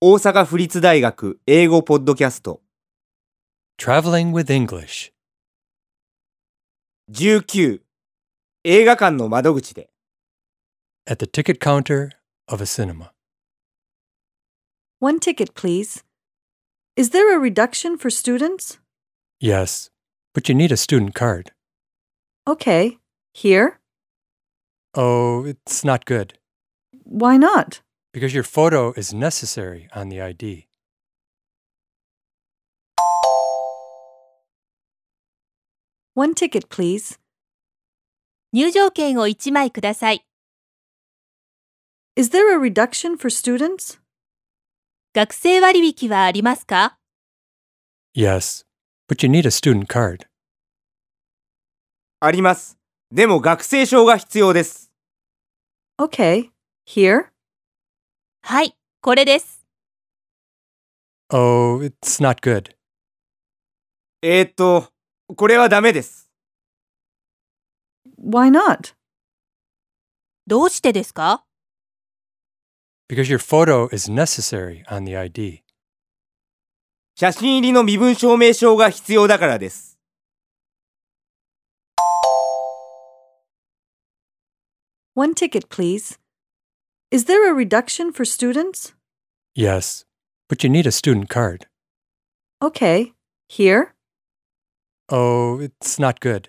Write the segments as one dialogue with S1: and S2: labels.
S1: 大阪府立大学英語ポッドキャスト
S2: Traveling with English.
S1: 19映画館の窓口で
S2: At the ticket counter of a cinema.
S3: One ticket, please. Is there a reduction for students?
S2: Yes, but you need a student card.
S3: Okay. Here?
S2: Oh, it's not good
S3: Why not?
S2: because your photo is necessary on the ID.
S3: 1 ticket, please.
S4: 入場券を1枚ください。
S3: Is there a reduction for students?
S4: 学生割引はありますか
S2: Yes, but you need a student card.
S1: ありますでも学生証が必要です
S3: Okay. Here?
S4: はい、これです。
S2: Oh, it's not good.
S1: えー、っとこれはダメです
S3: Why not?
S4: どうしてですか
S2: because your photo is necessary on the ID.
S1: 写真入りの身分証明書が必要だからです
S3: 1 ticket, please. Is there a reduction for students?
S2: Yes, but you need a student card.
S3: Okay. Here?
S2: Oh, it's not good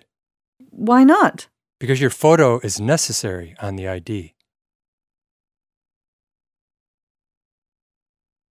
S3: Why not?
S2: because your photo is necessary on the ID.